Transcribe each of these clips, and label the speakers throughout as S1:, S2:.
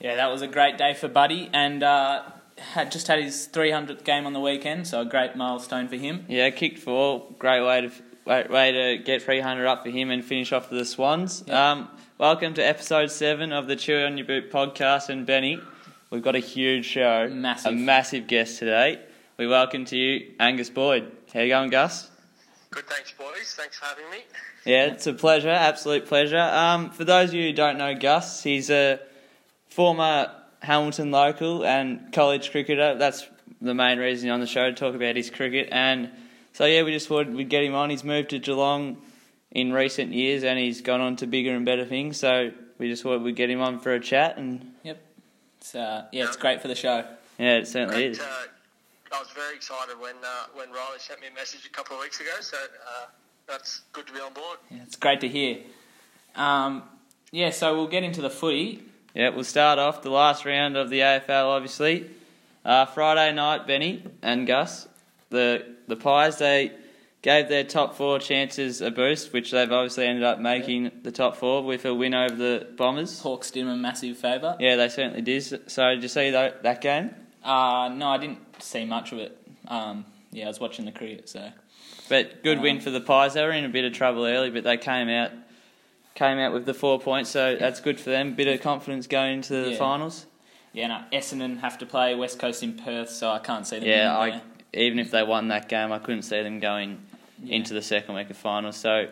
S1: Yeah, that was a great day for Buddy, and uh, had just had his 300th game on the weekend, so a great milestone for him.
S2: Yeah, kicked four. Great way to great way to get 300 up for him and finish off for the Swans.
S1: Yeah.
S2: Um, welcome to episode seven of the Chew on Your Boot podcast. And Benny, we've got a huge show,
S1: Massive.
S2: a massive guest today. We welcome to you Angus Boyd. How you going, Gus?
S3: Good, thanks, boys. Thanks for having me.
S2: Yeah, it's a pleasure, absolute pleasure. Um, for those of you who don't know Gus, he's a former Hamilton local and college cricketer. That's the main reason he's on the show to talk about his cricket. And so, yeah, we just thought we'd get him on. He's moved to Geelong in recent years and he's gone on to bigger and better things. So, we just thought we'd get him on for a chat. And
S1: Yep. It's, uh, yeah, it's great for the show.
S2: yeah, it certainly
S3: And,
S2: is.
S3: uh, I was very excited when uh, when Riley sent me a message a couple of weeks ago, so uh, that's good to be on board.
S1: Yeah, it's great to hear. Um, yeah, so we'll get into the footy.
S2: Yeah, we'll start off the last round of the AFL, obviously. Uh, Friday night, Benny and Gus, the the Pies, they gave their top four chances a boost, which they've obviously ended up making the top four with a win over the Bombers.
S1: Hawks did him a massive favour.
S2: Yeah, they certainly did. So, did you see that, that game?
S1: Uh, no, I didn't see much of it. Um, yeah, I was watching the cricket, so.
S2: But good win
S1: Um,
S2: for the Pies. They were in a bit of trouble early, but they came out came out with the four points, so that's good for them. Bit of confidence going into the
S1: Yeah.
S2: finals.
S1: Yeah, no, Essendon have to play West Coast in Perth, so I can't see them.
S2: Yeah,
S1: winning
S2: I
S1: there.
S2: even if they won that game, I couldn't see them going
S1: Yeah.
S2: into the second week of finals. So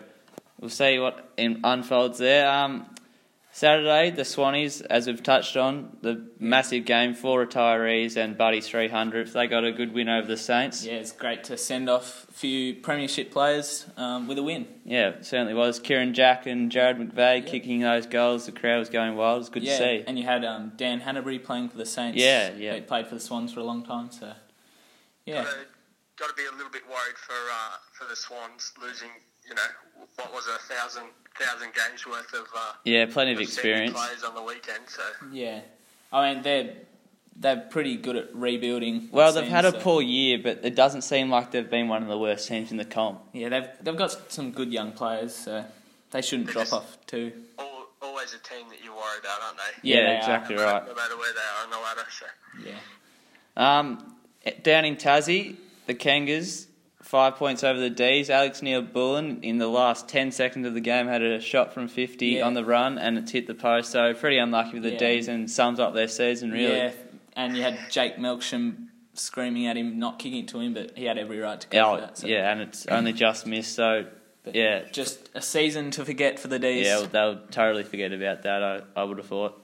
S2: we'll see what in, unfolds there. Um, Saturday, the Swannies, as we've touched on, the massive game for retirees and Buddy's 300th. They got a good win over the Saints.
S1: Yeah, it's great to send off a few Premiership players um, with a win.
S2: Yeah, it certainly was. Kieran Jack and Jared McVeigh
S1: Yeah.
S2: kicking those goals. The crowd was going wild. It was good
S1: yeah,
S2: to see.
S1: and you had um, Dan Hanbury playing for the Saints.
S2: Yeah, yeah.
S1: He played for the Swans for a long time, so yeah,
S3: So, got to be a little bit worried for uh, for the Swans losing, you know, what was a thousand thousand games worth of, uh,
S2: yeah, plenty of
S3: of senior
S2: experience.
S3: players on the weekend. So
S1: yeah. I mean, they're they're pretty good at rebuilding.
S2: Well,
S1: the
S2: they've
S1: team,
S2: had a
S1: so-
S2: poor year, but it doesn't seem like they've been one of the worst teams in the comp.
S1: Yeah, they've they've got some good young players, so they shouldn't
S3: They
S1: drop
S3: just-
S1: off too.
S3: all, always a team that you worry about, aren't they?
S1: Yeah, they are.
S2: exactly
S3: no matter,
S2: right.
S3: No matter where they are on the ladder. So
S1: Yeah,
S2: Um, down in Tassie, the Kangas five points over the D's. Alex Neil Bullen in the last ten seconds of the game had a shot from fifty
S1: Yeah.
S2: on the run and it's hit the post. So pretty unlucky with the
S1: Yeah.
S2: D's and sums up their season really.
S1: yeah. And you had Jake Melksham screaming at him, not kicking it to him, but he had every right to go
S2: Oh,
S1: for that. So.
S2: yeah, and it's only just missed. So
S1: But
S2: yeah,
S1: just a season to forget for the D's.
S2: yeah, well, they'll totally forget about that. I, I would have thought.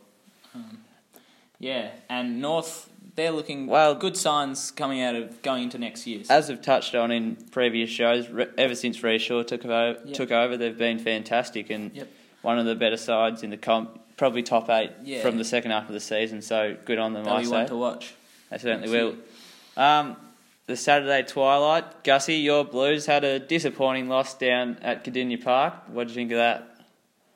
S1: Yeah, and North they're looking
S2: Well-
S1: good signs coming out of going into next year.
S2: As we've touched on in previous shows, re- ever since Ray Shaw took over,
S1: Yep.
S2: took over, they've been fantastic and
S1: Yep.
S2: one of the better sides in the comp, probably top eight
S1: Yeah.
S2: from the second half of the season. So good on them,
S1: They'll
S2: I
S1: be one
S2: say.
S1: to watch.
S2: They certainly will.
S1: Absolutely.
S2: Um, the Saturday twilight, Gussie, your Blues had a disappointing loss down at Cadinia Park. What do you think of that?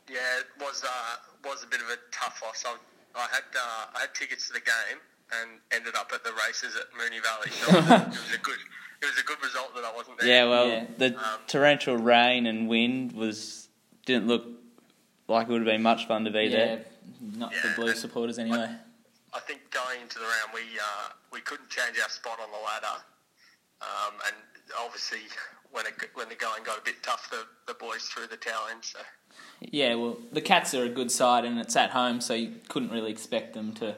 S3: Yeah, it was uh, was a bit of a tough loss. I, I had uh, I had tickets to the game and ended up at the races at Mooney Valley. So it was a- it was a good it was a good result that I wasn't there.
S2: Yeah, well,
S1: Yeah.
S2: the torrential rain and wind was didn't look like it would have been much fun to be
S1: Yeah,
S2: there.
S1: not
S3: Yeah.
S1: the Blues supporters anyway.
S3: I think going into the round, we uh, we couldn't change our spot on the ladder, um, and obviously when it, when the going got a bit tough, the, the boys threw the towel in. So
S1: Yeah, well, the Cats are a good side and it's at home, so you couldn't really expect them to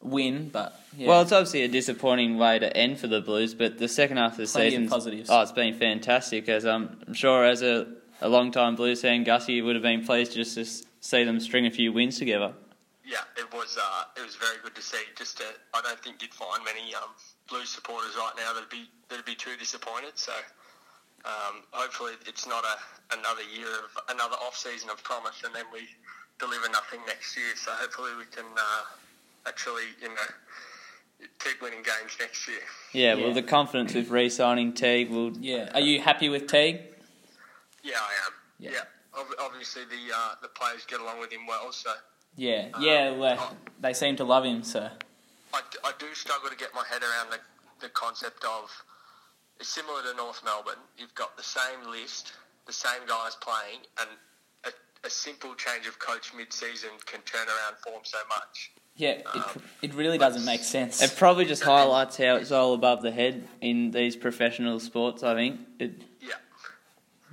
S1: win. But yeah,
S2: Well, it's obviously a disappointing way to end for the Blues, but the second half of the
S1: Plenty of
S2: season,
S1: positives.
S2: oh, it's been fantastic. As I'm, I'm sure, as a, a long-time Blues fan, Gussie would have been pleased just to s- see them string a few wins together.
S3: yeah, it was uh, it was very good to see. Just to, I don't think you'd find many um, Blues supporters right now that'd be that'd be too disappointed. So um, hopefully it's not a another year of another off season of promise, and then we deliver nothing next year. So hopefully we can uh, actually you know keep winning games next year.
S2: Yeah,
S1: Yeah.
S2: well, the confidence with re-signing Teague will.
S1: yeah. Are you happy with Teague?
S3: Yeah, I am.
S1: Yeah.
S3: Yeah. Ob- obviously, the uh, the players get along with him well, so
S1: Yeah, yeah. Well, they seem to love him, so
S3: I, d- I do struggle to get my head around the, the concept of it's similar to North Melbourne. You've got the same list, the same guys playing, and a, a simple change of coach mid-season can turn around form so much.
S1: Yeah, it, it really doesn't make sense.
S2: It probably just highlights how it's all above the head in these professional sports. I think it,
S3: Yeah,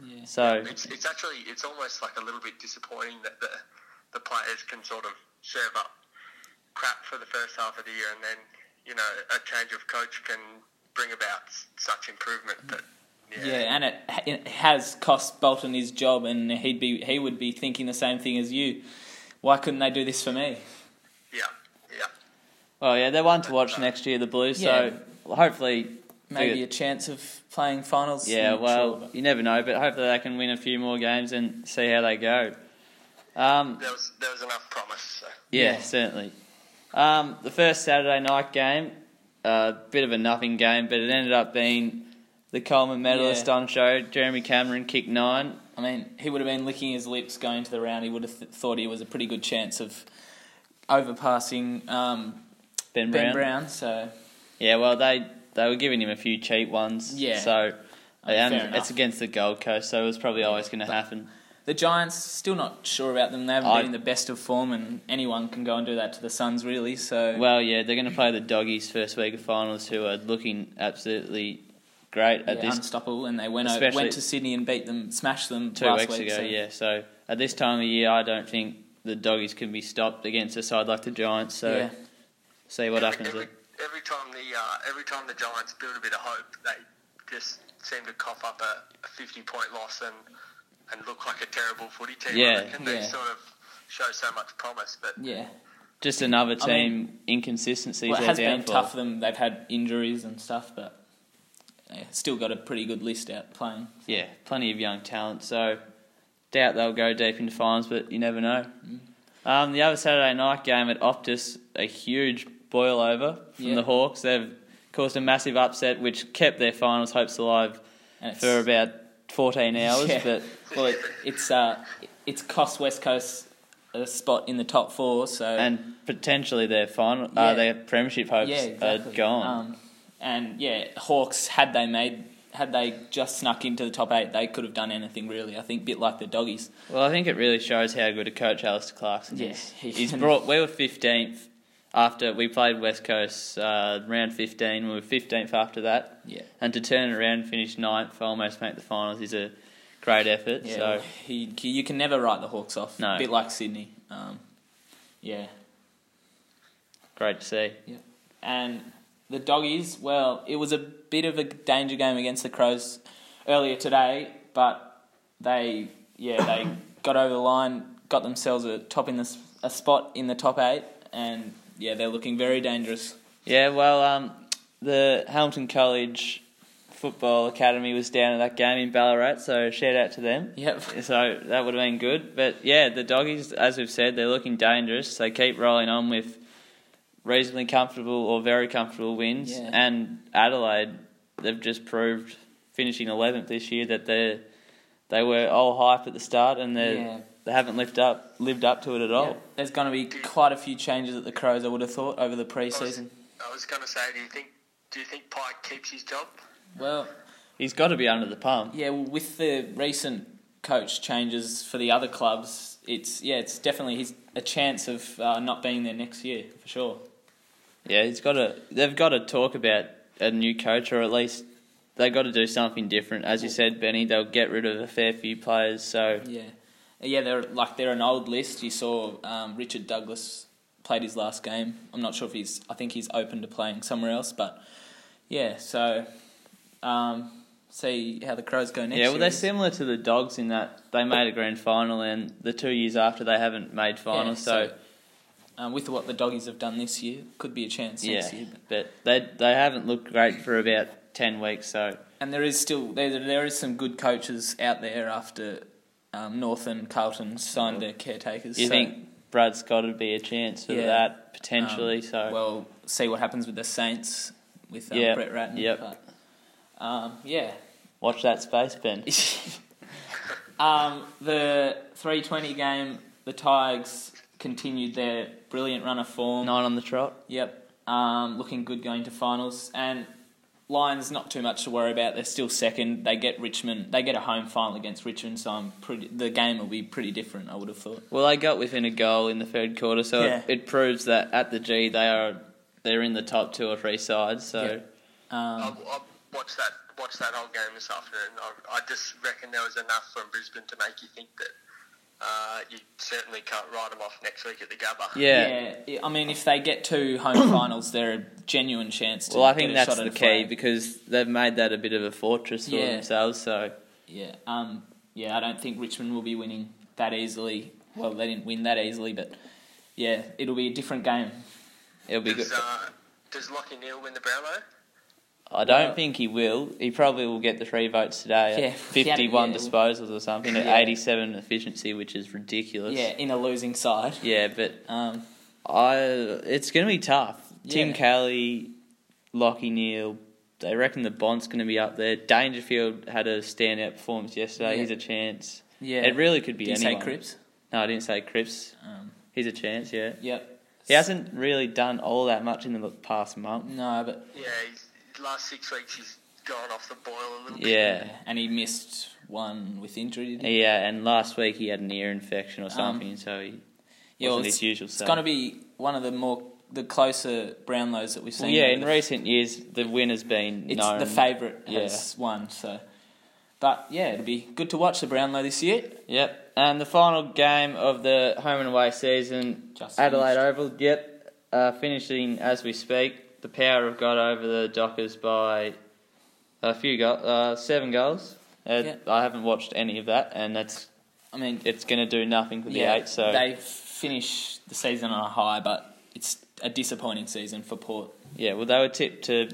S1: Yeah.
S2: so.
S3: it's it's actually it's almost like a little bit disappointing that the the players can sort of serve up crap for the first half of the year, and then you know a change of coach can bring about s- such improvement. But
S1: Yeah, and it, it has cost Bolton his job, and he'd be he would be thinking the same thing as you. Why couldn't they do this for me?
S3: yeah, yeah.
S2: Well, yeah, they're one to watch next year, the Blues. So hopefully,
S1: Maybe
S2: Yeah.
S1: a chance of playing finals.
S2: yeah.
S1: Not sure,
S2: Well,
S1: but-
S2: you never know, but hopefully they can win a few more games and see how they go. Um,
S3: There was there was enough promise. So.
S2: yeah,
S1: Yeah.
S2: certainly. Um, the first Saturday night game, a bit of a nothing game, but it ended up being the Coleman medalist
S1: Yeah.
S2: on show. Jeremy Cameron kicked nine.
S1: I mean, he would have been licking his lips going to the round. He would have th- thought he was a pretty good chance of overpassing um,
S2: Ben,
S1: Ben
S2: Brown.
S1: Brown. So
S2: Yeah, well, they they were giving him a few cheap ones.
S1: Yeah.
S2: So. and
S1: fair enough.
S2: it's against the Gold Coast, so it was probably always going to happen.
S1: the Giants still not sure about them. They haven't
S2: I-
S1: been in the best of form, and anyone can go and do that to the Suns, really. So
S2: Well, yeah, they're going to play the Doggies first week of finals, who are looking absolutely great
S1: yeah,
S2: at this
S1: unstoppable, and they went o-
S2: Especially-
S1: went to Sydney and beat them, smashed them
S2: two
S1: last
S2: weeks
S1: week,
S2: ago.
S1: so-
S2: Yeah, so at this time of year, I don't think the Doggies can be stopped against a side like the Giants. So
S1: Yeah.
S2: see what
S3: every,
S2: happens.
S3: Every,
S2: there.
S3: every time the uh, every time the Giants build a bit of hope, they just seem to cough up a, a fifty point loss and and look like a terrible footy team.
S2: Yeah,
S3: and they
S1: yeah.
S3: sort of show so much promise, but
S1: yeah.
S2: Just another
S1: I
S2: team
S1: mean-
S2: inconsistencies.
S1: Well, it
S2: they're
S1: has been
S2: down for.
S1: tough for them. They've had injuries and stuff, but yeah, still got a pretty good list out playing.
S2: Yeah, plenty of young talent. So doubt they'll go deep into finals, but you never know.
S1: Mm.
S2: Um, the other Saturday night game at Optus, a huge boil over from
S1: Yeah.
S2: the Hawks. They've caused a massive upset, which kept their finals hopes alive
S1: And it's,
S2: for about 14 hours.
S1: Yeah.
S2: But
S1: well, it, it's uh, it's cost West Coast a spot in the top four. So
S2: and potentially their final,
S1: Yeah.
S2: uh, their premiership hopes
S1: yeah, exactly.
S2: are gone.
S1: Um, and yeah, Hawks had they made had they just snuck into the top eight, they could have done anything really. I think bit like the doggies.
S2: Well, I think it really shows how good a coach Alistair Clarkson
S1: Yeah,
S2: is.
S1: he
S2: He's
S1: can-
S2: brought. We were fifteenth after we played West Coast uh, round fifteen. We were fifteenth after that,
S1: Yeah,
S2: and to turn it around, and finish ninth, almost make the finals is a great effort.
S1: yeah.
S2: So
S1: he, you can never write the Hawks off.
S2: No.
S1: bit like Sydney. Um, yeah.
S2: great to see.
S1: And the doggies, well, it was a bit of a danger game against the Crows earlier today, but they, yeah, they got over the line, got themselves a top in the, s- a spot in the top eight, and yeah, they're looking very dangerous.
S2: Yeah, well, um, the Hamilton College Football Academy was down at that game in Ballarat, so shout out to them.
S1: Yep.
S2: So that would have been good. But yeah, the doggies, as we've said, they're looking dangerous. They keep rolling on with reasonably comfortable or very comfortable wins.
S1: Yeah.
S2: And Adelaide, they've just proved, finishing 11th this year, that they they were all hype at the start and they
S1: Yeah.
S2: they haven't lived up lived up to it at all.
S1: Yeah, there's going to be quite a few changes at the Crows, I would have thought, over the pre-season.
S3: I was going to say, do you think do you think Pike keeps his job?
S1: Well,
S2: He's got to be under the pump.
S1: yeah, well, with the recent coach changes for the other clubs, it's yeah, it's definitely his, a chance of uh, not being there next year for sure.
S2: Yeah, it's got to. They've got to talk about a new coach, or at least they got to do something different. As you said, Benny, they'll get rid of a fair few players. So
S1: Yeah, Uh, yeah. They're like they're an old list. You saw um, Richard Douglas played his last game. I'm not sure if he's. I think he's open to playing somewhere else. But yeah, so um, see how the Crows go next.
S2: yeah, well,
S1: year
S2: they're
S1: is-
S2: similar to the Dogs in that they made a grand final, and the two years after they haven't made
S1: Yeah,
S2: finals. so,
S1: um, with what the doggies have done this year, could be a chance
S2: yeah,
S1: next year. But,
S2: but they they haven't looked great for about ten weeks. So
S1: and there is still there there is some good coaches out there after. Um, North and Carlton signed their caretakers.
S2: you
S1: so,
S2: think Brad Scott would be a chance for
S1: Yeah.
S2: that
S1: um,
S2: potentially? so
S1: well, see what happens with the Saints with um,
S2: Yeah,
S1: Brett Ratton.
S2: yep.
S1: But, um, yeah,
S2: watch that space, Ben.
S1: um, the 320 game, the Tigers continued their brilliant run of form.
S2: Nine on the trot.
S1: Yep. Um, looking good going to finals. And Lions not too much to worry about. They're still second. They get Richmond. They get a home final against Richmond, so I'm pretty. The game will be pretty different. I would have thought.
S2: Well, they got within a goal in the third quarter, so
S1: Yeah.
S2: it, it proves that at the G they are they're in the top two or three sides. So
S1: Yeah. Um,
S3: I'll, I'll watch that watch that whole game this afternoon. I, I just reckon there was enough from Brisbane to make you think that uh, you certainly can't write them off next week at the Gabba.
S2: yeah.
S1: yeah, I mean, if they get two home finals, they're a genuine chance. To
S2: Well, I
S1: get
S2: think
S1: a
S2: that's
S1: shot at
S2: the
S1: a
S2: key
S1: flag.
S2: because they've made that a bit of a fortress for
S1: Yeah.
S2: themselves. So
S1: Yeah, um, yeah, I don't think Richmond will be winning that easily. Well, they didn't win that easily, but yeah, it'll be a different game.
S2: it'll be good.
S3: Does, uh, does Lockie Neal win the Brownlow?
S2: I don't
S1: Well-
S2: think he will. He probably will get the three votes today.
S1: Yeah,
S2: at
S1: if he had-
S2: fifty-one
S1: yeah.
S2: disposals or something at
S1: Yeah.
S2: eighty-seven efficiency, which is ridiculous.
S1: Yeah, in a losing side.
S2: yeah, but
S1: Um,
S2: I it's going to be tough. Tim
S1: Yeah.
S2: Kelly, Lockie Neal, they reckon the Bond's going to be up there. Dangerfield had a standout performance yesterday.
S1: Yeah.
S2: He's a chance.
S1: yeah,
S2: It really could be
S1: Did you say
S2: anyone.
S1: Cripps?
S2: No, I didn't say Cripps.
S1: Um,
S2: He's a chance. Yeah,
S1: yep.
S2: he hasn't really done all that much in the past month.
S1: No, but
S3: Yeah, he's, last six weeks he's gone off the boil a little bit.
S2: Yeah,
S1: and he missed one with injury. Didn't he?
S2: yeah, and last week he had an ear infection or something, so he
S1: Yeah, well,
S2: wasn't
S1: it's,
S2: his usual
S1: it's
S2: self.
S1: going to be one of the more the closer Brownlows that we've
S2: Well,
S1: seen.
S2: yeah,
S1: over
S2: in
S1: the-
S2: recent years the win has been
S1: it's
S2: known.
S1: the favourite
S2: Yeah.
S1: has won. So, but yeah, it'll be good to watch the Brownlow this year.
S2: Yep. And the final game of the home and away season,
S1: Just
S2: Adelaide
S1: finished.
S2: Oval. Yep. Uh, finishing as we speak. The Power have got over the Dockers by a few go- uh, seven goals. Uh,
S1: Yep.
S2: I haven't watched any of that, and that's
S1: I mean,
S2: it's going to do nothing for the eight. So
S1: they finish the season on a high, but it's a disappointing season for Port.
S2: yeah, well they were tipped to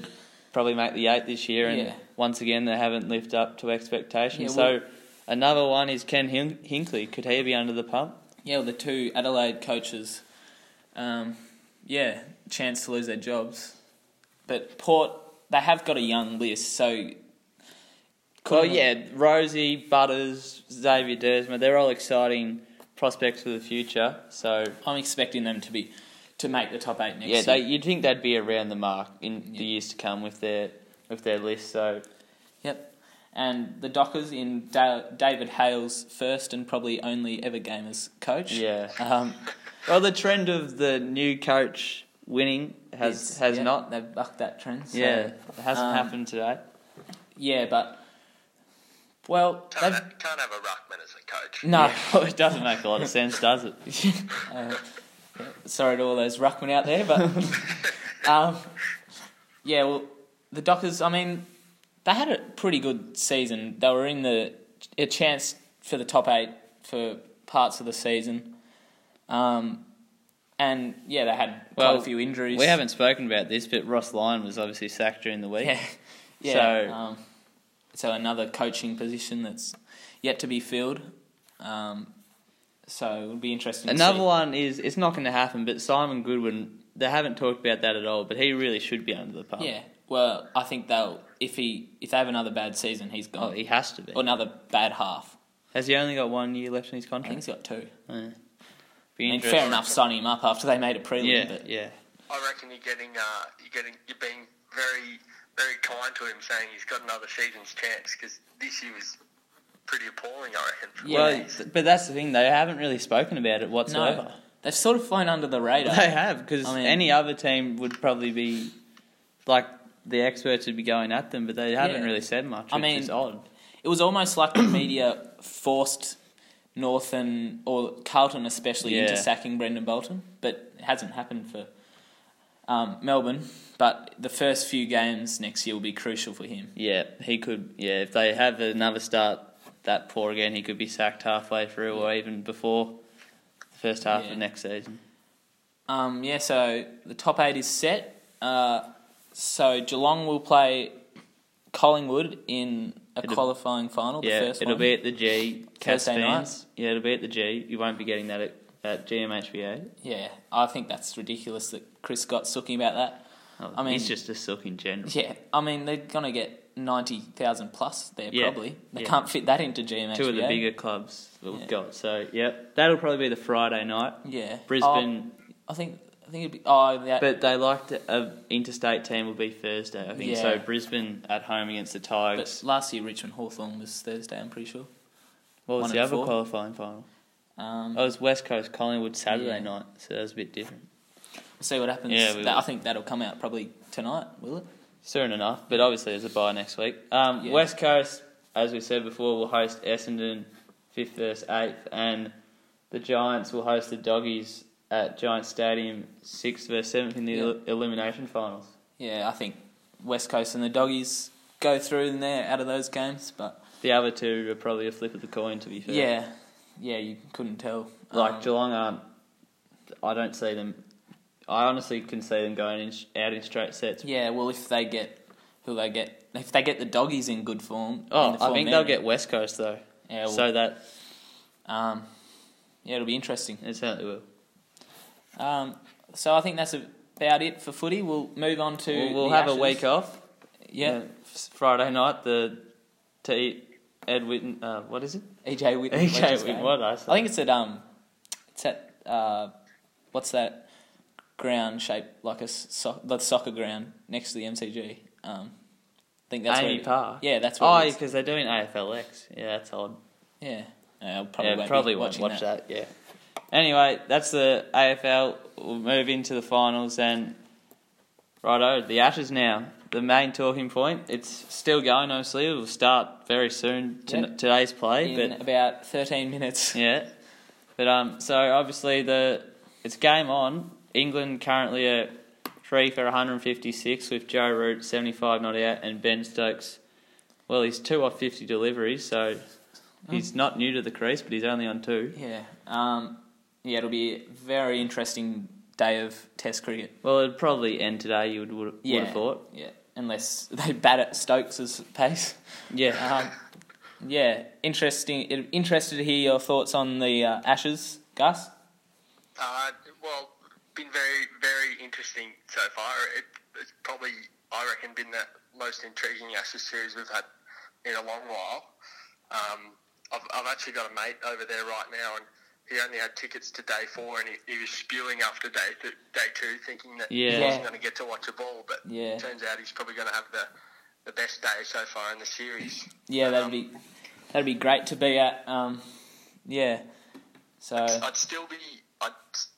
S2: probably make the eight this year, and
S1: Yeah.
S2: once again they haven't lived up to expectations.
S1: Yeah, well-
S2: so another one is Ken Hin- Hinkley. Could he be under the pump?
S1: Yeah, well, the two Adelaide coaches, um, yeah, chance to lose their jobs. But Port, they have got a young list, so
S2: Well,
S1: Couldn't-
S2: yeah, Rosie, Butters, Xavier Dersma, they're all exciting prospects for the future. So,
S1: I'm expecting them to be to make the top eight next
S2: yeah,
S1: year.
S2: they, you'd think they'd be around the mark in
S1: Yeah.
S2: the years to come with their with their list. So,
S1: Yep. And the Dockers in da- David Hale's first and probably only ever game as coach.
S2: yeah.
S1: Um,
S2: Well, the trend of the new coach winning has
S1: it's-
S2: has
S1: yeah,
S2: not.
S1: They've bucked that trend. So,
S2: yeah, it hasn't
S1: um,
S2: happened today.
S1: Yeah, but. Well,
S3: Can't,
S1: they've.
S3: have, can't have a ruckman as a coach.
S1: No.
S2: Yeah, it doesn't make a lot of sense, does it?
S1: Uh, yeah, sorry to all those ruckmen out there, but. um, yeah, well, the Dockers, I mean, they had a pretty good season. They were in the. a chance for the top eight for parts of the season. Um, and, yeah, they had quite
S2: Well,
S1: a few injuries.
S2: We haven't spoken about this, but Ross Lyon was obviously sacked during the week.
S1: Yeah. Yeah.
S2: So-
S1: So, um, so another coaching position that's yet to be filled. Um, so it'll be interesting.
S2: Another
S1: to see.
S2: one is it's not going to happen, but Simon Goodwin. They haven't talked about that at all, but he really should be under the pump.
S1: Yeah. Well, I think they'll if he if they have another bad season, he's
S2: Oh,
S1: gone.
S2: he has to be.
S1: Or another bad half.
S2: Has he only got one year left in his
S1: I think he's
S2: contract?
S1: got two.
S2: Yeah.
S1: I
S2: Be
S1: mean,
S2: interesting.
S1: fair enough, signing him up after they made a prelim.
S2: Yeah,
S1: But
S2: yeah.
S3: I reckon you're getting uh, you're getting you're being very very kind to him, saying he's got another season's chance because this year was pretty appalling. I reckon. for
S1: Yeah.
S2: Well,
S3: what he's-
S2: th- but that's the thing; they haven't really spoken about it
S1: no,
S2: whatsoever.
S1: they've sort of flown under the radar.
S2: They have because
S1: I mean-
S2: any other team would probably be like the experts would be going at them, but they haven't
S1: Yeah.
S2: really said much.
S1: I
S2: which
S1: mean-
S2: is odd.
S1: It was almost like the media forced Northern or Carlton especially
S2: Yeah.
S1: into sacking Brendan Bolton, but it hasn't happened for um, Melbourne. But the first few games next year will be crucial for him.
S2: Yeah, he could. Yeah, if they have another start that poor again, he could be sacked halfway through or even before the first half
S1: Yeah.
S2: of next season.
S1: Um, yeah, so the top eight is set. Uh, so Geelong will play Collingwood in a
S2: It'll-
S1: qualifying final.
S2: yeah,
S1: the 1st
S2: it'll
S1: one.
S2: be at the G. Cats
S1: Thursday night.
S2: fans, yeah, it'll be at the G. You won't be getting that at, at GMHBA.
S1: Yeah, I think that's ridiculous that Chris Scott's talking about that.
S2: Oh,
S1: I mean-
S2: he's just a silk in general.
S1: Yeah, I mean they're gonna get ninety thousand plus there
S2: Yeah,
S1: probably. They
S2: yeah.
S1: can't fit that into GMHBA.
S2: Two of the bigger clubs that we've
S1: Yeah.
S2: got. So, yeah, that'll probably be the Friday night.
S1: Yeah,
S2: Brisbane,
S1: Oh, I think I think it'd be oh yeah.
S2: But they liked an interstate team will be Thursday, I think.
S1: Yeah.
S2: So Brisbane at home against the
S1: but
S2: Tigers.
S1: last year Richmond Hawthorn was Thursday. I'm pretty sure.
S2: what was
S1: one
S2: the
S1: and
S2: other
S1: four.
S2: qualifying final?
S1: Um,
S2: Oh, it was West Coast Collingwood Saturday
S1: Yeah.
S2: night, so that was a bit different.
S1: see what happens.
S2: Yeah, we
S1: That-
S2: will.
S1: I think that'll come out probably tonight. Will it?
S2: Soon enough, but obviously there's a bye next week. Um,
S1: Yeah.
S2: West Coast, as we said before, will host Essendon fifth versus eighth, and the Giants will host the Doggies at Giants Stadium sixth versus seventh in the
S1: Yeah.
S2: el- elimination finals.
S1: Yeah, I think West Coast and the Doggies go through and they're out of those games. But
S2: The other two are probably a flip of the coin, to be fair.
S1: yeah, yeah, you couldn't tell.
S2: Like
S1: Um,
S2: Geelong aren't. I don't see them. I honestly can see them going in, out in straight sets.
S1: yeah, well, if they get who they get, if they get the Doggies in good form. in
S2: Oh,
S1: the
S2: I
S1: form
S2: think
S1: they're
S2: they'll
S1: in,
S2: get West Coast though.
S1: Yeah, well,
S2: So that
S1: um, yeah, it'll be interesting.
S2: it certainly will.
S1: Um, so I think that's about it for footy. We'll move on to
S2: We'll, we'll
S1: the
S2: have a
S1: Ashes.
S2: week off.
S1: Yeah,
S2: s- Friday night the to eat Ed Witten. Uh, what is it?
S1: EJ Whitten.
S2: EJ
S1: Wednesday's
S2: Witten.
S1: game.
S2: E What did I
S1: I
S2: say?
S1: think it's at um, it's at uh, what's that ground shaped like a so- the soccer ground next to the MCG. Um, I think that's
S2: Amy
S1: where it-
S2: Park.
S1: Yeah, that's where.
S2: Oh,
S1: it is.
S2: because they're doing AFLX. Yeah, that's odd.
S1: yeah. Yeah, I probably
S2: yeah,
S1: won't
S2: probably
S1: be
S2: won't
S1: watching
S2: watch that. Yeah. Anyway, that's the AFL. We'll move into the finals and righto, the Ashes now. The main talking point. It's still going. Obviously, it will start very soon. To
S1: Yep.
S2: Today's play,
S1: in
S2: but
S1: about thirteen minutes.
S2: Yeah. But um so obviously the it's game on. England currently at three for 156 with Joe Root 75 not out and Ben Stokes well he's two off 50 deliveries so
S1: Oh.
S2: he's not new to the crease but he's only on two.
S1: Yeah. Um, yeah, it'll be a very interesting day of Test cricket.
S2: Well it'd probably end today you would would
S1: Yeah.
S2: have thought.
S1: Yeah, unless they bat at Stokes's pace.
S2: Yeah.
S1: Um, yeah, interesting. it- Interested to hear your thoughts on the uh, Ashes, Gus.
S3: Uh, well, been very, very interesting so far. It, it's probably, I reckon, been the most intriguing Ashes series we've had in a long while. Um, I've, I've actually got a mate over there right now, and he only had tickets to day four, and he, he was spewing after day th- day two, thinking that
S2: Yeah.
S3: he wasn't
S1: Yeah.
S3: going to get to watch a ball. But
S1: Yeah.
S3: turns out he's probably going to have the the best day so far in the series.
S1: Yeah, that'd be that'd be great to be at. Um, yeah. So
S3: I'd still be. I'd,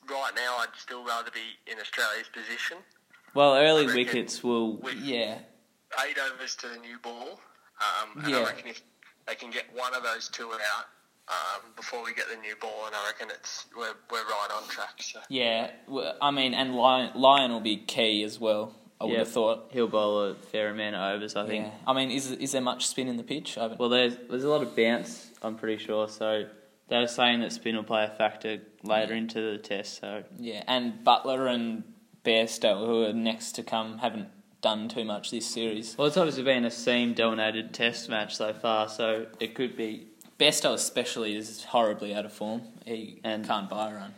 S3: right now, I'd still rather be in Australia's position.
S2: well early
S3: I reckon-
S2: wickets will
S3: With
S1: yeah,
S3: eight overs to the new ball, um, and
S1: Yeah.
S3: I reckon if they can get one of those two out um, before we get the new ball, and I reckon it's we're, we're right on track. So
S1: yeah. w- I mean, and Lion Lion will be key as well. I would
S2: Yeah.
S1: have thought.
S2: he'll bowl a fair amount of overs I think.
S1: Yeah. I mean, is is there much spin in the pitch? I haven't.
S2: Well, there's there's a lot of bounce. I'm pretty sure. So they were saying that spin will play a factor later into the test. So
S1: yeah, and Butler and Bairstow, who are next to come, haven't done too much this series.
S2: well, it's obviously been a seam dominated test match so far. So it could be
S1: Bairstow especially is horribly out of form. He
S2: And-
S1: can't buy a run.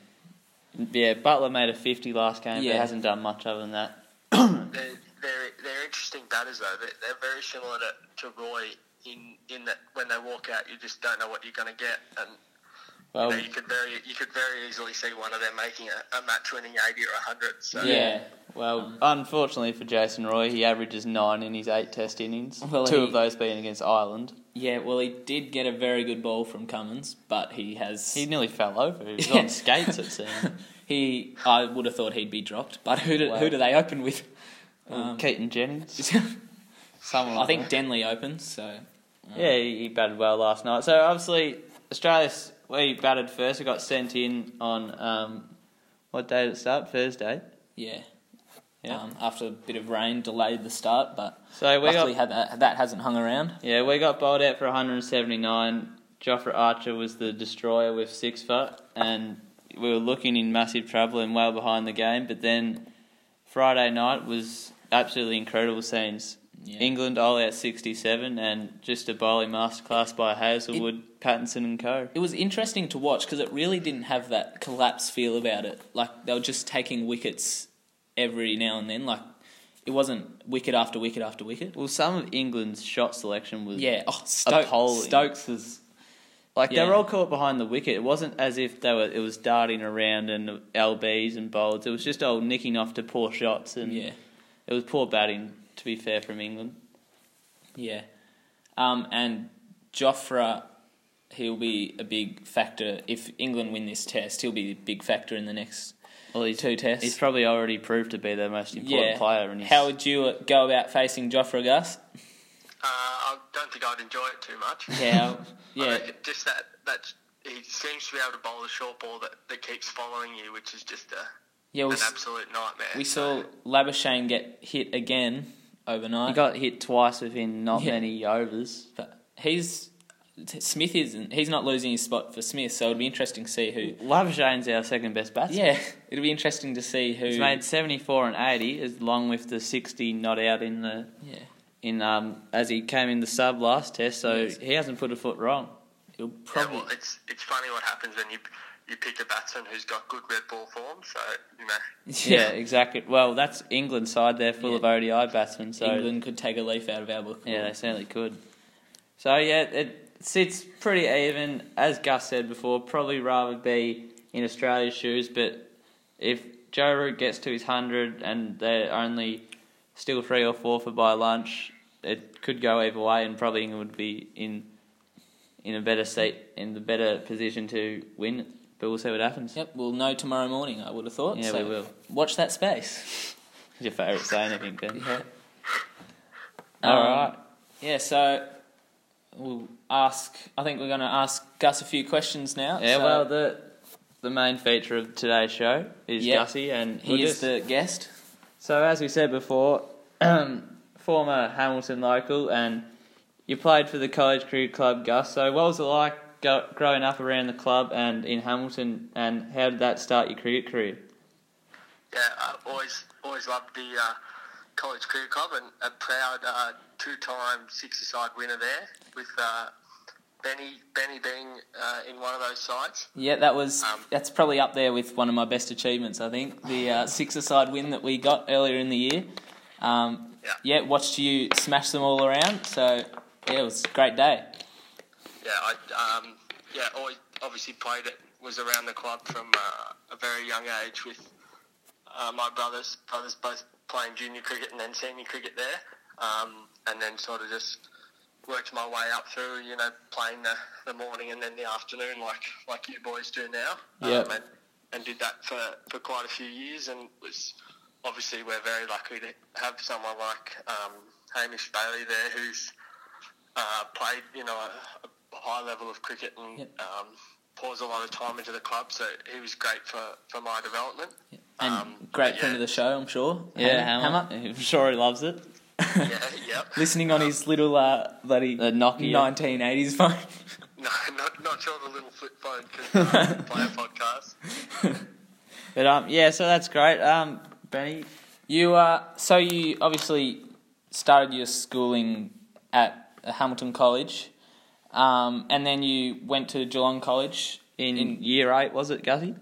S2: yeah. Butler made a 50 last game,
S1: Yeah.
S2: but hasn't done much other than that.
S3: they're they're, they're interesting batters though. They're, they're very similar to, to Roy in in that when they walk out, you just don't know what you're going to get, and you,
S2: Well,
S1: Um,
S3: know, you could very you could very easily see one of them making a, a match winning eighty or hundred. So
S1: Yeah.
S2: well, unfortunately for Jason Roy, he averages nine in his eight test innings.
S1: Well,
S2: Two
S1: he-
S2: of those being against Ireland.
S1: Yeah, well, he did get a very good ball from Cummins, but he has
S2: He nearly fell over. He was
S1: Yeah.
S2: on skates, it seemed.
S1: he. I would have thought he'd be dropped, but who do,
S2: Wow. Oh,
S1: who do they open with? Um,
S2: Or Keaton Jennings. Someone
S1: I
S2: like
S1: think
S2: that.
S1: Denley opens, so
S2: Yeah, he, he batted well last night. So obviously, Australia we batted first. We got sent in on um, what day did it start? Thursday.
S1: yeah.
S2: Yeah.
S1: Um, after a bit of rain, delayed the start, but
S2: So we
S1: luckily
S2: got
S1: had that, that hasn't hung around.
S2: yeah we got bowled out for 179. Joffrey Archer was the destroyer with six for, and we were looking in massive trouble and well behind the game. But then Friday night was absolutely incredible scenes.
S1: Yeah.
S2: England all out 67 and just a bowling masterclass by Hazelwood, Pattinson and co.
S1: It was interesting to watch because it really didn't have that collapse feel about it. Like they were just taking wickets every now and then. Like it wasn't wicket after wicket after wicket.
S2: Mm. Well, some of England's shot selection was
S1: Yeah. Oh, Stokes.
S2: Appalling.
S1: Stokes is
S2: Like they
S1: Yeah.
S2: were all caught behind the wicket. It wasn't as if they were. It was darting around and lbs and bowls. It was just all nicking off to poor shots and
S1: Yeah.
S2: it was poor batting. To be fair, from England.
S1: Yeah. Um, and Jofra, he'll be a big factor. If England win this test, he'll be a big factor in the next
S2: Well, he's
S1: two tests.
S2: he's probably already proved to be their most important player. And he's,
S1: How would you uh, go about facing Jofra Gus?
S3: Uh, I don't think I'd enjoy it too much.
S1: Yeah.
S3: I
S1: yeah.
S3: reckon just that that he seems to be able to bowl a short ball that, that keeps following you, which is just a,
S1: Yeah, we,
S3: an
S1: s-
S3: absolute nightmare.
S1: we
S3: So,
S1: saw Labuschagne get hit again
S2: he
S1: overnight.
S2: got hit twice within not
S1: Yeah.
S2: many overs.
S1: but he's Smith isn't. He's not losing his spot for Smith, so it'll be interesting to see who.
S2: Labuschagne's our second best batsman.
S1: Yeah, it'll be interesting to see who.
S2: He's made 74 and 80, as long with the 60 not out in the
S1: yeah,
S2: in um as he came in the sub last test, so
S1: Yes.
S2: he hasn't put a foot wrong.
S1: he'll
S3: yeah,
S1: probably.
S3: well, it's it's funny what happens when you you pick a batsman who's got good red ball form. So you know,
S2: Yeah, exactly. Well, that's England's side. They're full
S1: Yeah.
S2: of ODI batsmen, so
S1: England could take a leaf out of our book.
S2: yeah, they certainly could. So yeah, it sits pretty even. As Gus said before, probably rather be in Australia's shoes, but if Joe Root gets to his hundred and they're only still three or four for by lunch, it could go either way, and probably England would be in in a better seat, in the better position to win. But we'll see what happens.
S1: Yep, we'll know tomorrow morning. I would have thought.
S2: Yeah,
S1: so
S2: we will.
S1: Watch that space.
S2: Your favourite saying, I think, Ben.
S1: Yeah.
S2: All
S1: Um,
S2: right.
S1: Yeah. So we'll ask. I think we're going to ask Gus a few questions now.
S2: Yeah,
S1: so
S2: well, the the main feature of today's show is
S1: Yeah.
S2: Gussie, and
S1: he
S2: we'll
S1: is
S2: just-
S1: the guest.
S2: So as we said before, former Hamilton local, and you played for the College Cricket Club, Gus. So what was it like go, growing up around the club and in Hamilton, and how did that start your cricket career?
S3: yeah, I always always loved the uh, college cricket club and a proud uh, two-time six-a-side winner there with uh, Benny Benny being uh, in one of those sides.
S1: Yeah, that was
S3: Um,
S1: that's probably up there with one of my best achievements. I think the uh, six-a-side win that we got earlier in the year. Um, yeah,
S3: Yeah.
S1: watched you smash them all around. So yeah, it was a great day.
S3: Yeah, I um, yeah, always obviously played it. Was around the club from uh, a very young age with uh, my brothers. Brothers both playing junior cricket and then senior cricket there, um, and then sort of just worked my way up through. You know, playing the, the morning and then the afternoon, like like you boys do now.
S1: Yeah.
S3: Um, and, and did that for, for quite a few years, and was obviously we're very lucky to have someone like um, Hamish Bailey there, who's uh, played you know a, a high level of cricket and
S1: Yep.
S3: um, pours a lot of time into the club. So he was great for, for my development.
S1: And
S3: Um,
S1: great
S3: yeah.
S1: friend of the show, I'm sure. Hammer.
S2: Hammer. I'm sure he loves it.
S1: Hammer.
S3: Yeah, yep.
S1: Listening on his little uh, bloody
S2: The Nokia.
S1: 1980s phone.
S3: No, not, not sure of the little flip phone because uh, player podcast.
S2: But um, yeah, so that's great. Um, Benny,
S1: You uh, so you obviously started your schooling at Hamilton College, um, and then you went to Geelong College
S2: in,
S1: in
S2: year eight was it, Gussie?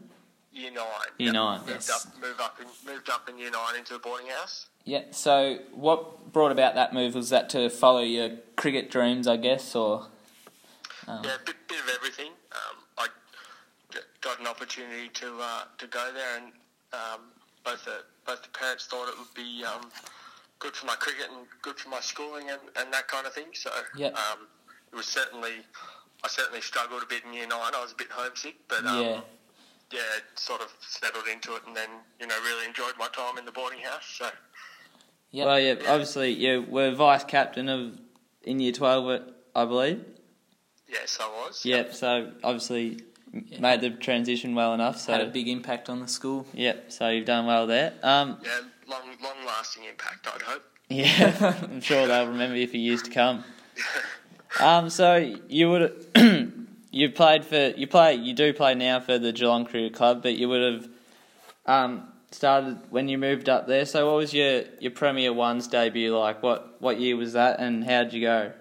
S3: Year nine.
S2: Year
S3: Yep.
S2: nine,
S3: Moved
S1: yes.
S3: up, moved up, in, moved up in year nine into the boarding house.
S1: yeah. So what brought about that move was that to follow your cricket dreams, I guess, or
S3: Yeah, a bit, bit of everything. Um, I g- got an opportunity to uh, to go there, and um, both the both the parents thought it would be um, good for my cricket and good for my schooling and, and that kind of thing. So
S1: Yep.
S3: um, it was certainly I certainly struggled a bit in year nine. I was a bit homesick, but um,
S1: yeah,
S3: yeah, sort of settled into it, and then you know really enjoyed my time in the boarding house. So
S1: yeah,
S2: Well, yeah, obviously you were vice captain of in year twelve, I believe.
S3: yes, I was.
S2: Yep. So obviously m
S1: Yeah.
S2: made the transition well enough. So
S1: had a big impact on the school.
S2: Yep, so you've done well there. Um,
S3: Yeah, long long lasting impact. I'd hope.
S2: yeah, I'm sure they'll remember you for years to come. Um, so you would you played for you play you do play now for the Geelong Cricket Club, but you would have um, started when you moved up there. So what was your, your Premier Ones debut like? What what year was that, and how would you go?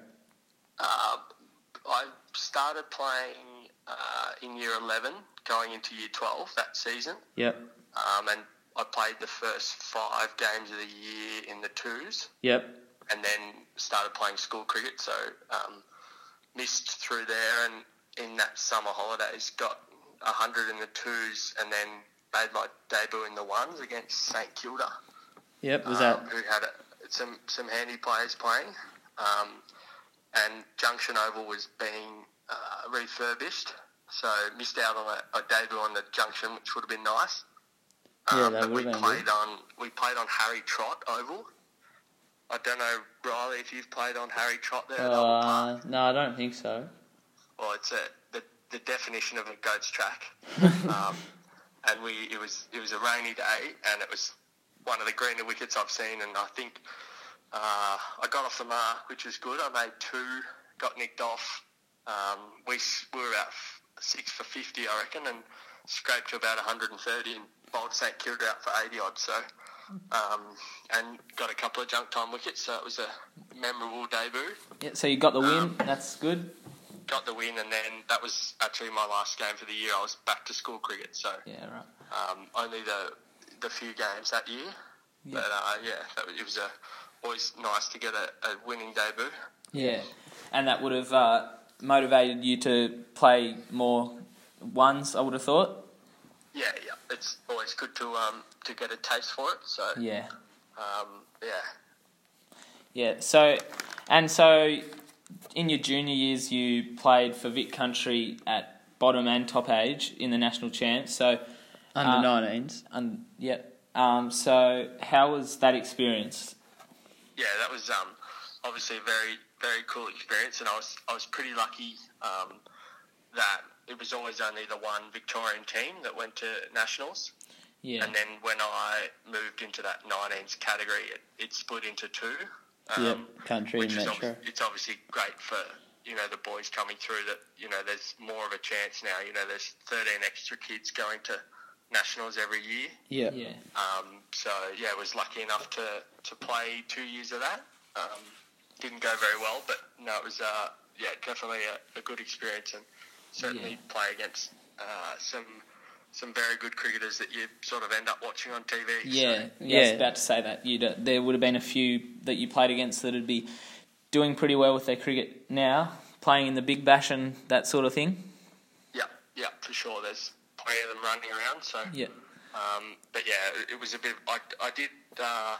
S3: Um, I started playing uh, in year 11, going into year 12 that season,
S2: Yep,
S3: um, and I played the first five games of the year in the twos,
S2: yep,
S3: and then started playing school cricket. So um, missed through there, and in that summer holidays got a hundred in the twos, and then made my debut in the ones against St Kilda.
S2: Yep, was
S3: um,
S1: Uh,
S2: that?
S3: who had a, some some handy players playing, um, and Junction Oval was being uh, refurbished, so missed out on a, a debut on the Junction, which would have been nice.
S2: Yeah,
S3: Um,
S2: that
S3: but we
S2: would have been
S3: played on we played on Harry Trot Oval. I don't know, Riley, if you've played on Harry Trot there. at Oval Park.
S2: Uh, no, I don't think so.
S3: Well, it's a the, the definition of a goat's track. um, and we it was it was a rainy day, and it was one of the greener wickets I've seen. And I think uh, I got off the mark, which was good. I made two, got nicked off. Um, we s- we were out f- six for fifty, I reckon, and scraped to about 130 and bowled St Kilda out for 80 odd. So. Um, and got a couple of junk time wickets, so it was a memorable debut
S1: Yeah, so you got the win. That's good.
S3: got the win, and then that was actually my last game for the year. I was back to school cricket, so
S1: Yeah, right.
S3: um, only the the few games that year.
S1: Yeah.
S3: But uh, yeah, that was, it was a, always nice to get a, a winning debut.
S1: Yeah, and that would have uh, motivated you to play more ones. I would have thought.
S3: Yeah, yeah, it's always good to um to get a taste for it. So
S1: Yeah,
S3: um, yeah,
S1: yeah. So, and so, in your junior years, you played for Vic Country at bottom and top age in the national champs. So,
S2: Under
S1: Uh,
S2: 19s.
S1: and yeah. Um, so, how was that experience?
S3: yeah, that was um, obviously a very very cool experience, and I was I was pretty lucky um, that it was always only the one Victorian team that went to nationals.
S1: Yeah.
S3: And then when I moved into that 19s category, it, it split into two. Um,
S2: yep, country and
S3: Which is
S2: metro.
S3: obvi- it's obviously great for you know the boys coming through that you know there's more of a chance now. You know there's 13 extra kids going to nationals every year.
S2: Yep.
S1: yeah.
S3: Um, so yeah, I was lucky enough to, to play two years of that. Um, didn't go very well, but no, it was uh, yeah definitely a, a good experience and certainly
S1: Yeah.
S3: play against uh, some some very good cricketers that you sort of end up watching on TV. so-
S1: Yeah, yeah, I
S2: Yeah.
S1: was about to say that. You'd, uh, there would have been a few that you played against that'd be doing pretty well with their cricket now, playing in the Big Bash and that sort of thing.
S3: Yeah, yeah, for sure. There's plenty of them running around. So,
S1: Yeah,
S3: um, but yeah, it- it was a bit. I, I did, uh,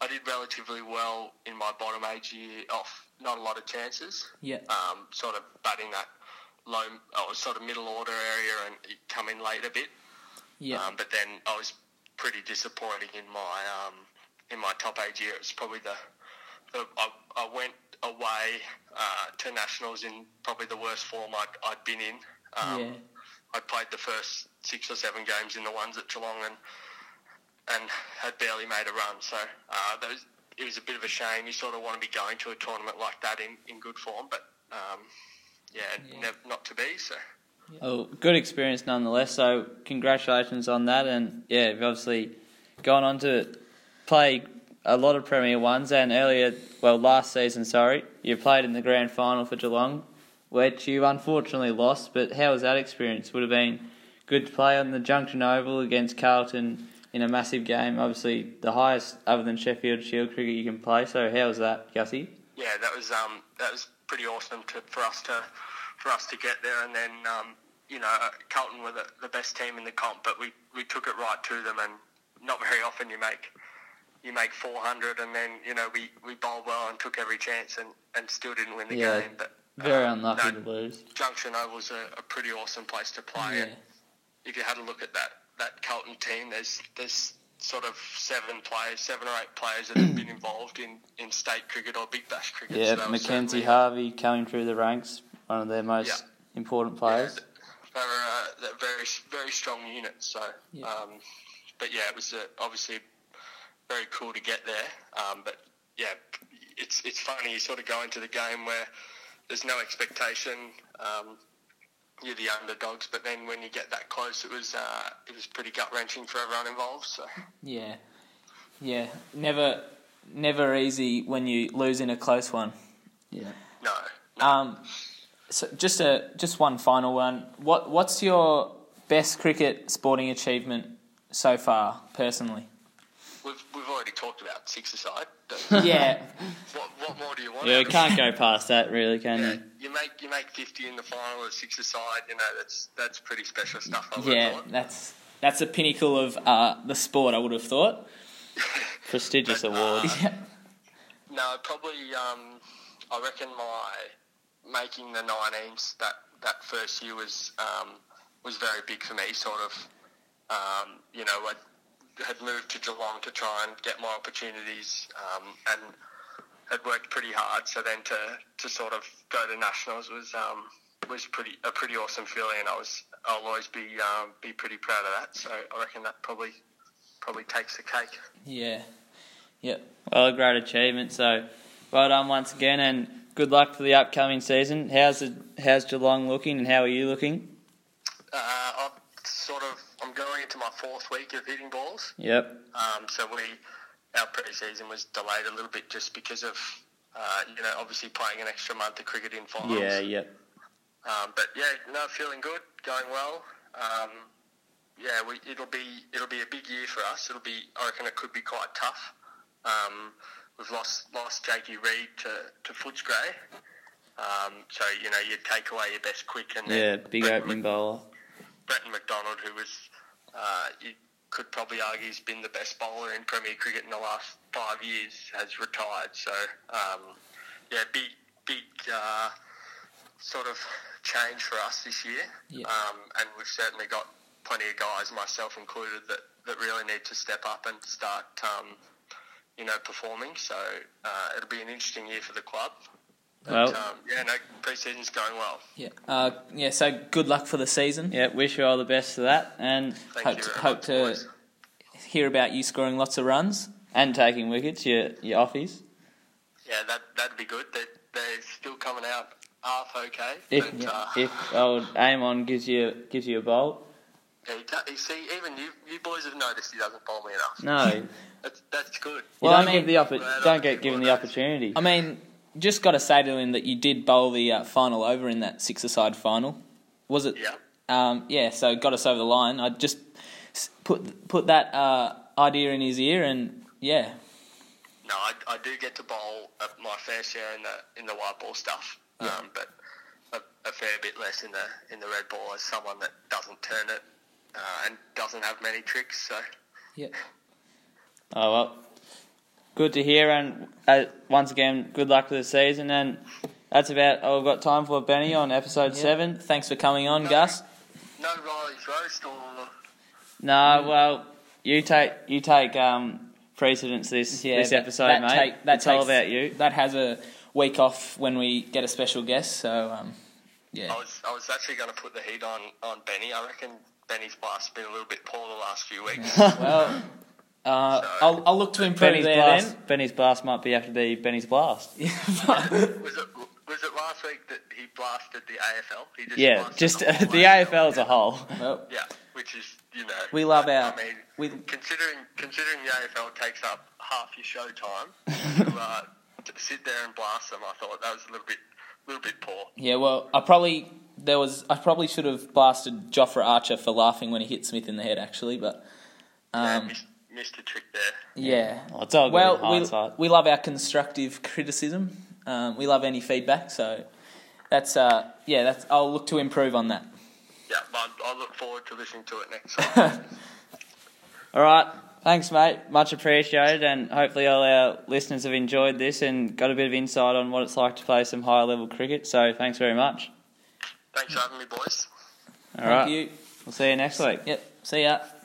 S3: I did relatively well in my bottom age year off not a lot of chances.
S1: yeah,
S3: Um, sort of batting that low, or sort of middle order area and you come in late a bit.
S1: yeah,
S3: Um, but then I was pretty disappointing in my um, in my top age year. It was probably the, the I, I went away uh, to nationals in probably the worst form I'd, I'd been in. Um,
S1: Yeah.
S3: I played the first six or seven games in the ones at Geelong and and had barely made a run. So uh, that was, it was a bit of a shame. You sort of want to be going to a tournament like that in, in good form, but um, yeah,
S1: Yeah.
S3: Nev- not to be. So.
S2: Oh, good experience nonetheless. So congratulations on that, and yeah, you've obviously gone on to play a lot of Premier Ones, and earlier, well, last season, sorry, you played in the grand final for Geelong, which you unfortunately lost. But how was that experience? Would have been good to play on the Junction Oval against Carlton in a massive game. Obviously, the highest other than Sheffield Shield cricket you can play. So how was that, Gussie?
S3: yeah, that was um, that was pretty awesome to, for us to for us to get there. And then um, you know, Carlton were the, the best team in the comp, but we, we took it right to them. And not very often you make you make 400, and then you know we, we bowled well and took every chance, and, and still didn't win the
S2: Yeah,
S3: game. But
S2: Very
S3: um,
S2: unlucky to
S3: no,
S2: lose.
S3: Junction Oval's a, a pretty awesome place to play.
S1: yeah,
S3: And if you had a look at that that Carlton team, there's there's sort of seven players, seven or eight players that have been involved in, in state cricket or Big Bash cricket.
S2: Yeah,
S3: So that was
S2: Mackenzie
S3: certainly-
S2: Harvey coming through the ranks, one of their most important players.
S3: they're, uh, they're very very strong units. So,
S1: Yeah.
S3: um, but yeah, it was uh, obviously very cool to get there. Um, but yeah, it's it's funny you sort of go into the game where there's no expectation. Um, you're the underdogs, but then when you get that close, it was uh, it was pretty gut wrenching for everyone involved. So
S1: yeah, yeah. Never, never easy when you lose in a close one.
S2: Yeah.
S3: no,
S1: Um, so just a just one final one. What what's your best cricket sporting achievement so far, personally?
S3: We've, we've already talked about six aside.
S1: yeah,
S3: What, what more do you want?
S2: Yeah,
S3: out
S2: we
S3: of
S2: can't go past that, really, can
S3: Yeah,
S2: you?
S3: you make you make fifty in the final of six aside. You know that's that's pretty special stuff. I would have
S1: yeah,
S3: thought.
S1: that's that's the pinnacle of uh, the sport. I would have thought.
S2: Prestigious award.
S1: Yeah,
S3: No, probably. Um, I reckon my making the 19s that that first year was um, was very big for me. Sort of, um, you know, I had moved to Geelong to try and get more opportunities, um, and had worked pretty hard. So then to, to sort of go to nationals was um, was pretty a pretty awesome feeling, and I was I'll always be um, be pretty proud of that. So I reckon that probably probably takes the cake.
S1: yeah, yeah.
S2: Well, a great achievement. So, well done once again, and good luck for the upcoming season. How's the, how's Geelong looking, and how are you looking?
S3: Uh, I'm sort of I'm going into my fourth week of hitting balls.
S2: Yep.
S3: Um, so we our pre-season was delayed a little bit just because of uh, you know obviously playing an extra month of cricket in finals.
S2: Yeah. Yep.
S3: Um, but yeah, no, feeling good, going well. Um, yeah, we, it'll be it'll be a big year for us. It'll be I reckon it could be quite tough. Um, we've lost lost Jakey Reed to to Footscray. Um, so you know you take away your best quick and
S2: Yeah.
S3: then
S2: Big opening bowler.
S3: Bretton McDonald, who was, uh, you could probably argue, has been the best bowler in Premier cricket in the last five years, has retired. So, um, yeah, big, big uh, sort of change for us this year.
S1: Yeah.
S3: Um, and we've certainly got plenty of guys, myself included, that, that really need to step up and start, um, you know, performing. So uh, it'll be an interesting year for the club.
S1: Oh.
S2: Well.
S3: But, um, yeah, no, pre-season's going well.
S1: Yeah, uh, yeah. So good luck for the season.
S2: Yeah. Wish you all the best for that, and
S3: Thank
S1: Hope
S3: you
S1: to-
S3: very
S1: hope
S3: much,
S1: to-
S3: boys.
S1: Hear about you scoring lots of runs.
S2: and taking wickets. Your your offies.
S3: Yeah, that that'd be good. They they're still coming out half okay.
S2: If
S3: but, uh,
S2: if old Amon gives you gives you a bowl.
S3: yeah, you, can't- you see, even you you boys have noticed he doesn't bowl me enough.
S2: No.
S3: That's that's
S2: You
S3: good.
S1: Well, I
S2: don't, give
S1: mean-
S2: the oppo- don't get given the opportunity.
S1: I mean, just got to say to him that you did bowl the uh, final over in that six-a-side final. Was it?
S3: Yeah.
S1: Um, yeah. So got us over the line. I just s- put put that uh, idea in his ear, and yeah,
S3: No, I, I do get to bowl uh, my fair share in the in the white ball stuff, um, but a, a fair bit less in the in the red ball as someone that doesn't turn it uh, and doesn't have many tricks. So
S1: yeah,
S2: Oh well, good to hear, and uh, once again, good luck with the season. And that's about all we've got time for, Benny, on episode seven.
S1: Thanks for coming on, Gus.
S3: no Riley's roast or
S2: No, well, you take you take um, precedence this this
S1: that-
S2: episode,
S1: that
S2: mate.
S1: take- that
S2: it's all
S1: takes-
S2: about you.
S1: That has a week off when we get a special guest. So um, yeah,
S3: I was I was actually going to put the heat on on Benny. I reckon Benny's blast been a little bit poor the last few weeks.
S1: well, uh, I'll, I'll look to improve
S2: Benny's
S1: there
S2: blast. Benny's blast might be have to be Benny's blast.
S1: then.
S3: Was it was it last week that he blasted the AFL? He just
S2: Yeah,
S3: blasted
S2: just uh,
S3: whole
S2: the AFL as a whole.
S1: well,
S3: Yeah, which is you know
S1: we love
S3: I
S1: our
S3: mean,
S1: we
S3: considering considering the AFL takes up half your show time, to, uh, to sit there and blast them, I thought that was a little bit little bit poor.
S1: Yeah, well, I probably there was I probably should have blasted Jofra Archer for laughing when he hit Smith in the head, actually. But
S3: Yeah,
S1: um,
S3: missed, missed a trick there.
S1: yeah,
S2: Well, it's all good in
S1: well,
S2: hindsight.
S1: we we love our constructive criticism. Um, we love any feedback, so that's uh, yeah, that's I'll look to improve on that.
S3: Yeah, but I I look forward to listening to it next time.
S2: All right. Thanks, mate. Much appreciated, and hopefully all our listeners have enjoyed this and got a bit of insight on what it's like to play some higher level cricket. So thanks very much.
S3: Thanks for having me, boys.
S2: All
S1: Thank
S2: right.
S1: you.
S2: We'll see you next week.
S1: Yep. See ya.